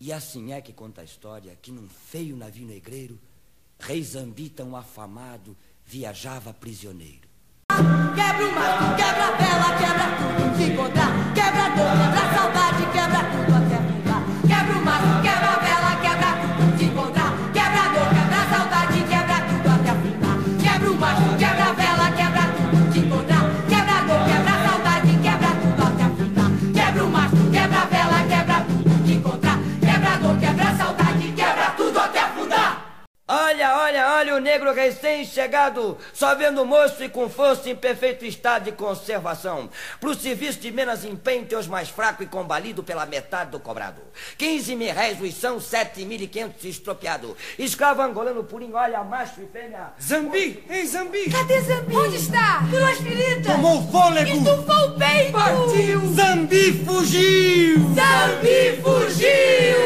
E assim é que conta a história que num feio navio negreiro, rei Zambita, um afamado, viajava prisioneiro. Quebra o mato, quebra a vela, quebra tudo, se encontrar. Quebra a dor, quebra a saudade, quebra tudo até fundar. Quebra o mato, quebra a vela, quebra tudo, se encontrar. Quebra a dor, quebra a saudade, quebra tudo até fundar. Quebra o mato, quebra a vela, quebra tudo, se encontrar. Quebra a dor, quebra a saudade, quebra tudo até fundar. Quebra o mato, quebra a vela, quebra tudo, se encontrar. Quebra a dor, quebra a saudade, quebra tudo até afundar. Olha, olha, olha o negro recém-chegado, só vendo moço e com força em perfeito estado de conservação. Pro serviço de menos empenho, teus mais fraco e combalido pela metade do cobrado. 15 mil réis os são, 7.500 estropiado. Escravo angolano purinho, olha, macho e fêmea. Zambi! Ei, Zambi! Cadê Zambi? Onde está? um Virou as feridas. Tomou fôlego! Estufou o peito. Zambi fugiu! Zambi fugiu!